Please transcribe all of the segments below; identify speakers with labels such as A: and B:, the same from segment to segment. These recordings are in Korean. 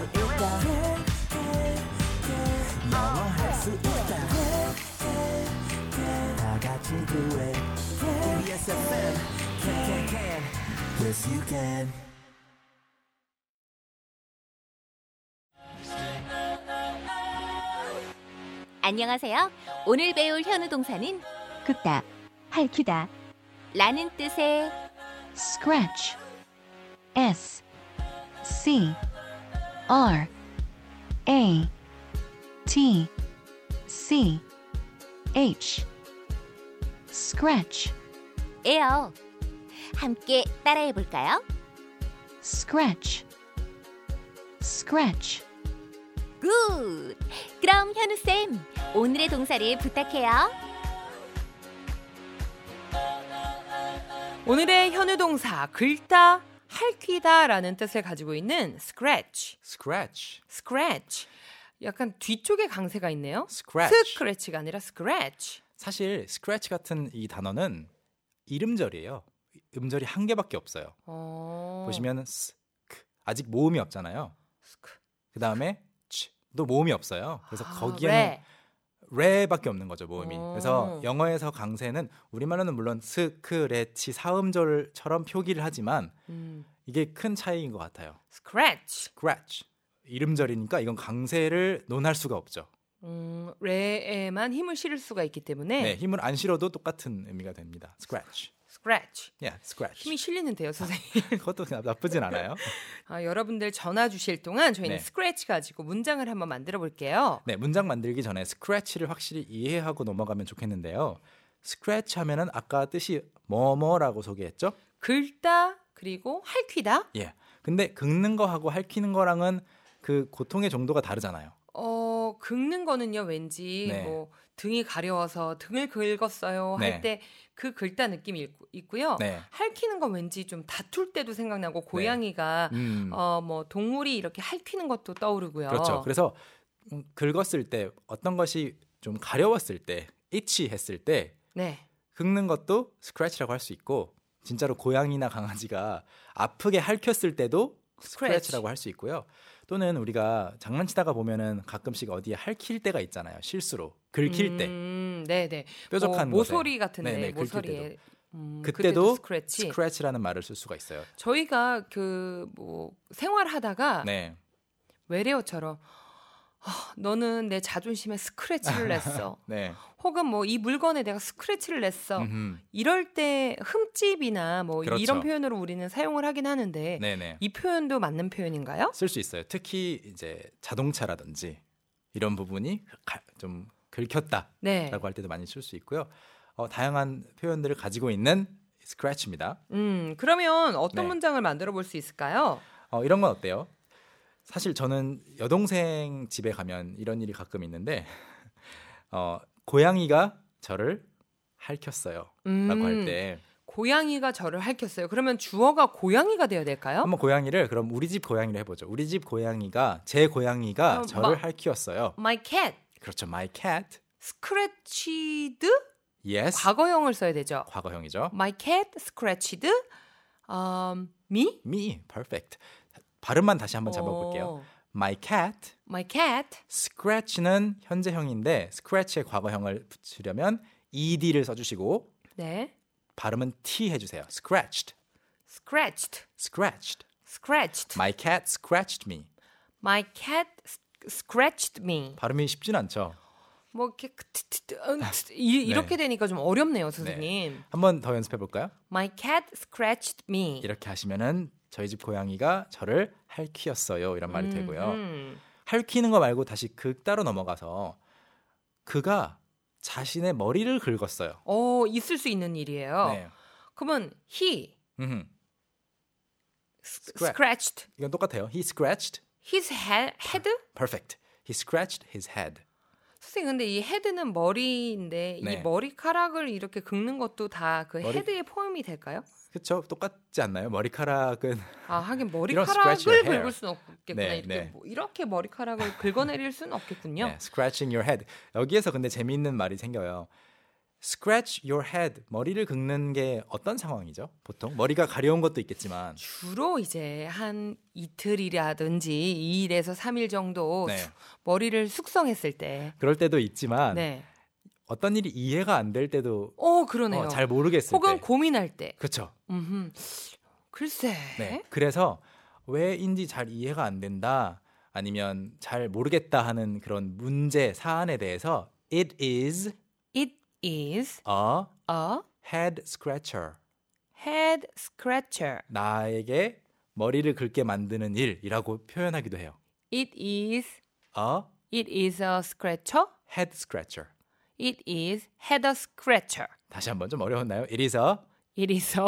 A: 있다 영화할 수 있다 다 같이 do it KBS FM can can can yes you can
B: 안녕하세요. 오늘 배울 현우 동사는
C: 긁다, 핥기다,
B: 라는 뜻의
C: scratch, s, c, r, a, t, c, h, scratch,
B: 에요. 함께 따라해 볼까요?
C: scratch, scratch.
B: 굿! 그럼 현우쌤, 오늘의 동사를 부탁해요.
D: 오늘의 현우 동사 긁다, 핥기다라는 뜻을 가지고 있는 scratch,
E: scratch,
D: scratch. 약간 뒤쪽에 강세가 있네요.
E: scratch.
D: 스크래치가 아니라 scratch.
E: 사실 scratch 같은 이 단어는 이름절이에요. 음절이 한 개밖에 없어요.
D: 어.
E: 보시면 s, k, 아직 모음이 없잖아요.
D: 스크-
E: 그 다음에 ch도 모음이 없어요. 그래서
D: 아,
E: 거기에는
D: 왜?
E: 레밖에 없는 거죠 모음이.
D: 오.
E: 그래서 영어에서 강세는 우리말로는 물론 스크래치 사음절처럼 표기를 하지만
D: 음,
E: 이게 큰 차이인 것 같아요.
D: scratch.
E: scratch 이름절이니까 이건 강세를 논할 수가 없죠.
D: 음, 레에만 힘을 실을 수가 있기 때문에
E: 네, 힘을 안 실어도 똑같은 의미가 됩니다. scratch,
D: scratch.
E: yeah, scratch.
D: 힘이 실리는데요, 선생님.
E: 그것도 나- 나쁘진 않아요.
D: 아, 여러분들 전화 주실 동안 저희는
E: 네.
D: scratch 가지고 문장을 한번 만들어 볼게요.
E: 네, 문장 만들기 전에 스크래치를 확실히 이해하고 넘어가면 좋겠는데요. 스크래치 하면은 아까 뜻이 뭐뭐라고 소개했죠?
D: 긁다 그리고 핥기다.
E: 예. 근데 긁는 거하고 핥히는 거랑은 그 고통의 정도가 다르잖아요.
D: 어, 긁는 거는요, 왠지
E: 네.
D: 뭐 등이 가려워서 등을 긁었어요
E: 네.
D: 할 때 그 긁다 느낌이 있- 있고요.
E: 네.
D: 핥히는 건 왠지 좀 다툴 때도 생각나고 고양이가
E: 음.
D: 어, 뭐 동물이 이렇게 핥히는 것도 떠오르고요.
E: 그렇죠. 그래서 음, 긁었을 때 어떤 것이 좀 가려웠을 때, itchy 했을 때
D: 네.
E: 긁는 것도 스크래치라고 할 수 있고 진짜로 고양이나 강아지가 아프게 핥혔을 때도
D: 스크래치.
E: 스크래치라고 할 수 있고요. 또는 우리가 장난치다가 보면은 가끔씩 어디에 핥힐 때가 있잖아요. 실수로 긁힐 때
D: 음, 네, 네.
E: 뾰족한
D: 뭐, 모서리
E: 곳에.
D: 같은데
E: 네, 네, 긁힐
D: 모서리에
E: 때도.
D: 음,
E: 그때도
D: 스크래치.
E: 스크래치라는 말을 쓸 수가 있어요.
D: 저희가 그 뭐 생활하다가
E: 네,
D: 외래어처럼 "아, 너는 내 자존심에 스크래치를 냈어.
E: 네,
D: 혹은 뭐 이 물건에 내가 스크래치를 냈어.
E: 음흠.
D: 이럴 때 흠집이나 뭐
E: 그렇죠.
D: 이런 표현으로 우리는 사용을 하긴 하는데
E: 네, 네.
D: 예. 이 표현도 맞는 표현인가요?
E: 쓸 수 있어요. 특히 이제 자동차라든지 이런 부분이 가- 좀 긁혔다라고
D: 네.
E: 할 때도 많이 쓸 수 있고요. 어, 다양한 표현들을 가지고 있는 스크래치입니다.
D: 음, 그러면 어떤
E: 네.
D: 문장을 만들어 볼 수 있을까요?
E: 어, 이런 건 어때요? 사실 저는 여동생 집에 가면 이런 일이 가끔 있는데 어, 고양이가 저를 핥혔어요.
D: 음,
E: 라고 할 때
D: 고양이가 저를 핥혔어요. 그러면 주어가 고양이가 되어야 될까요?
E: 한번 고양이를 그럼 우리 집 고양이로 해보죠. 우리 집 고양이가 제 고양이가
D: 어, 마-
E: 저를 핥혔어요.
D: My cat
E: 그렇죠. My cat.
D: scratched
E: Yes.
D: 과거형을 써야 되죠.
E: 형이죠
D: My cat scratched um, me.
E: Me. Perfect. 발음만 다시 한번 잡아볼게요.
D: 어,
E: My cat.
D: My cat
E: Scratch는 현재형인데 Scratch의 과거형을 붙이려면 ed를 써주시고
D: 네
E: 발음은 T 해주세요. Scratched,
D: scratched
E: scratched.
D: scratched
E: My cat scratched me.
D: My cat s- scratched me.
E: 발음이 쉽진 않죠.
D: 뭐 이렇게 그 트- 트- 트- 응, 트-
E: 네.
D: 이- 이렇게 되니까 좀 어렵네요, 선생님.
E: 한번 더 연습해 볼까요?
D: My cat scratched me.
E: 이렇게 하시면은 저희 집 고양이가 저를 할퀴었어요. 이런
D: 음,
E: 말이 되고요. 할퀴는 거 말고 다시 극 따로 넘어가서 그가 자신의 머리를 긁었어요.
D: 어, 있을 수 있는 일이에요.
E: 네.
D: 그러면 he
E: 음. Scratch.
D: scratched
E: 이건 똑같아요. He scratched.
D: his he- head?
E: 네. Perfect. He scratched his head.
D: 선생님 근데 이 헤드는 머리인데
E: 네.
D: 이 머리카락을 이렇게 긁는 것도 다 그
E: 머리-
D: 헤드에 포함이 될까요?
E: 그렇죠. 똑같지 않나요? 머리카락은
D: 아 하긴
E: scratch your
D: 머리카락을
E: hair.
D: 긁을 수는 없겠구나
E: 네,
D: 이렇게,
E: 네.
D: 뭐- 이렇게 머리카락을 긁어내릴 수는 없겠군요.
E: 네, scratching your head. 여기에서 근데 재미있는 말이 생겨요. scratch your head. 머리를 긁는 게 어떤 상황이죠? 보통 머리가 가려운 것도 있겠지만
D: 주로 이제 한 이틀이라든지 2일에서 3일 정도
E: 네.
D: 수- 머리를 숙성했을 때
E: 그럴 때도 있지만
D: 네.
E: 어떤 일이 이해가 안 될 때도
D: 어 그러네요.
E: 어, 잘 모르겠을
D: 혹은
E: 때.
D: 고민할 때.
E: 그렇죠.
D: 음흠. 글쎄.
E: 네. 그래서 왜인지 잘 이해가 안 된다 아니면 잘 모르겠다 하는 그런 문제 사안에 대해서 it is
D: It is
E: a
D: a
E: head scratcher.
D: head scratcher.
E: 나에게 머리를 긁게 만드는 일이라고 표현하기도 해요.
D: It is
E: a
D: it is a scratcher.
E: head scratcher.
D: It is head scratcher.
E: 다시 한번 좀 어려웠나요? It is a
D: It is a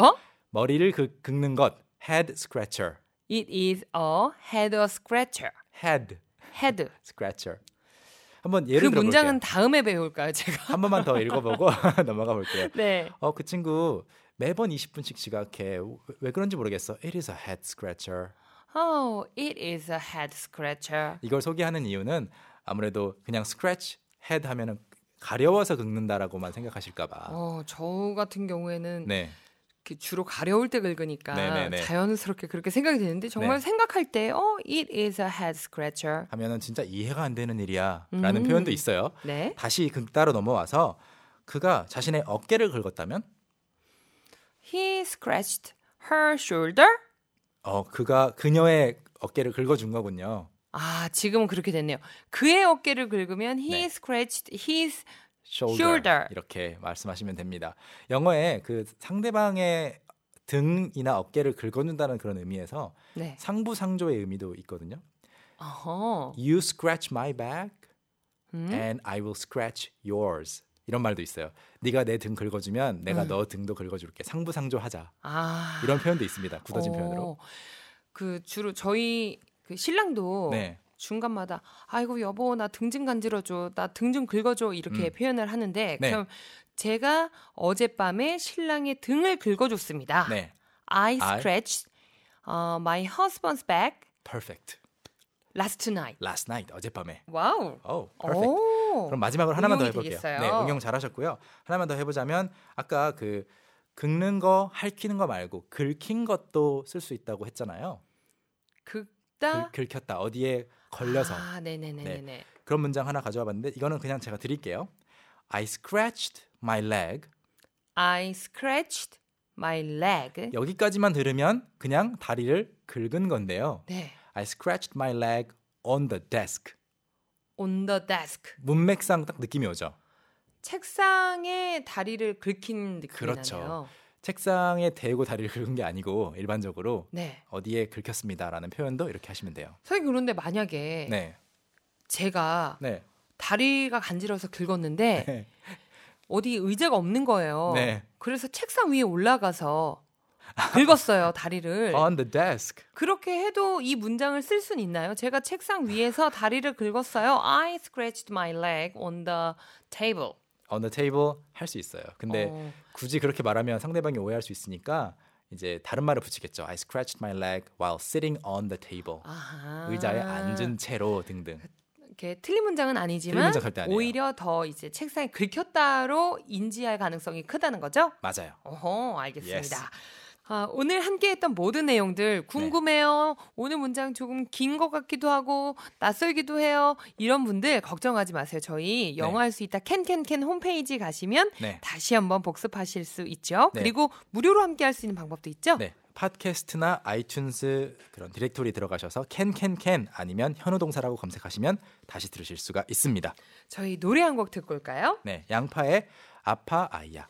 E: 머리를 긁, 긁는 것 head scratcher.
D: it is a head scratcher.
E: head
D: head.
E: scratcher. 한번
D: 그
E: 예를 들어 볼게요.
D: 문장은 다음에 배울까요, 제가?
E: 한 번만 더 읽어보고 넘어가 볼게요.
D: 네.
E: 어, 그 친구 매번 20분씩 지각해. 왜- 왜 그런지 모르겠어. It is a head scratcher.
D: Oh, it is a head scratcher.
E: 이걸 소개하는 이유는 아무래도 그냥 scratch, head 하면은 가려워서 긁는다라고만 생각하실까 봐.
D: 어, 저 같은 경우에는
E: 네.
D: 이렇게 주로 가려울 때 긁으니까
E: 네네네.
D: 자연스럽게 그렇게 생각이 드는데 정말
E: 네.
D: 생각할 때 어, it is a head scratcher.
E: 하면은 진짜 이해가 안 되는 일이야라는 표현도 있어요.
D: 음. 네.
E: 다시 긁다로 넘어와서 그가 자신의 어깨를 긁었다면
D: He scratched her shoulder.
E: 어, 그가 그녀의 어깨를 긁어준 거군요.
D: 아, 지금은 그렇게 됐네요. 그의 어깨를 긁으면 he
E: 네.
D: scratched his
E: shoulder,
D: Shoulder.
E: 이렇게 말씀하시면 됩니다. 영어에 그 상대방의 등이나 어깨를 긁어준다는 그런 의미에서
D: 네.
E: 상부상조의 의미도 있거든요.
D: 어허.
E: You scratch my back
D: 음?
E: and I will scratch yours. 이런 말도 있어요. 네가 내 등 긁어주면
D: 음.
E: 내가 너 등도 긁어줄게. 상부상조하자.
D: 아.
E: 이런 표현도 있습니다. 굳어진 표현으로.
D: 어, 그 주로 저희 그 신랑도
E: 네.
D: 중간마다 아이고 여보 나 등 좀 간지러 줘. 나 등 좀 긁어 줘. 이렇게
E: 음.
D: 표현을 하는데
E: 네.
D: 그럼 제가 어젯밤에 신랑의 등을 긁어 줬습니다.
E: 네,
D: I
E: I-
D: scratched uh, my husband's back
E: perfect.
D: last night.
E: Last night 어젯밤에.
D: 와우.
E: Oh, perfect.
D: 오.
E: 그럼 마지막으로 하나만 더
D: 응용이
E: 해볼게요.
D: 되겠어요.
E: 네, 응용 잘하셨고요. 하나만 더 해보자면 아까 그 긁는 거, 핥히는 거 말고 긁힌 것도 쓸 수 있다고 했잖아요.
D: 긁다.
E: 긁, 혔다 어디에 그 걸려서
D: 그 아, 네네네
E: 네.
D: 네.
E: 그런 문장 하나 가져와봤는데 이거는 그냥 제가 드릴게요. I scratched my leg.
D: I scratched my leg.
E: 여기까지만 들으면 그냥 다리를 긁은 건데요.
D: 네.
E: I scratched my leg on the desk.
D: on the desk.
E: 문맥상 딱 느낌이 오죠.
D: 책상에 다리를 긁힌 느낌이
E: 그렇죠.
D: 나네요.
E: 책상에 대고 다리를 긁은 게 아니고 일반적으로
D: 네.
E: 어디에 긁혔습니다라는 표현도 이렇게 하시면 돼요.
D: 선생님 그런데 만약에
E: 네.
D: 제가
E: 네.
D: 다리가 간지러서 긁었는데
E: 네.
D: 어디 의자가 없는 거예요.
E: 네.
D: 그래서 책상 위에 올라가서 긁었어요 다리를.
E: On the desk.
D: 그렇게 해도 이 문장을 쓸 순 있나요? 제가 책상 위에서 다리를 긁었어요. I scratched my leg on the table.
E: On the table 할 수 있어요. 근데
D: 어.
E: 굳이 그렇게 말하면 상대방이 오해할 수 있으니까 이제 다른 말을 붙이겠죠. I scratched my leg while sitting on the table.
D: 아하.
E: 의자에 앉은 채로 등등.
D: 이렇게 틀린 문장은 아니지만
E: 틀린 문장 절대 아니에요.
D: 오히려 더 이제 책상에 긁혔다로 인지할 가능성이 크다는 거죠?
E: 맞아요.
D: 어허, 알겠습니다.
E: Yes. 네.
D: 아, 오늘 함께했던 모든 내용들 궁금해요. 오늘 문장 조금 긴 것 같기도 하고 낯설기도 해요. 이런 분들 걱정하지 마세요. 저희 영어 할 수 있다 캔캔캔 홈페이지 가시면
E: 네.
D: 다시 한번 복습하실 수 있죠.
E: 네.
D: 그리고 무료로 함께할 수 있는 방법도 있죠.
E: 네. 팟캐스트나 아이튠스 그런 디렉토리 들어가셔서 캔캔캔 아니면 현우 동사라고 검색하시면 다시 들으실 수가 있습니다.
D: 저희 노래 한 곡 듣고 올까요?
E: 네. 양파의 아파 아이야.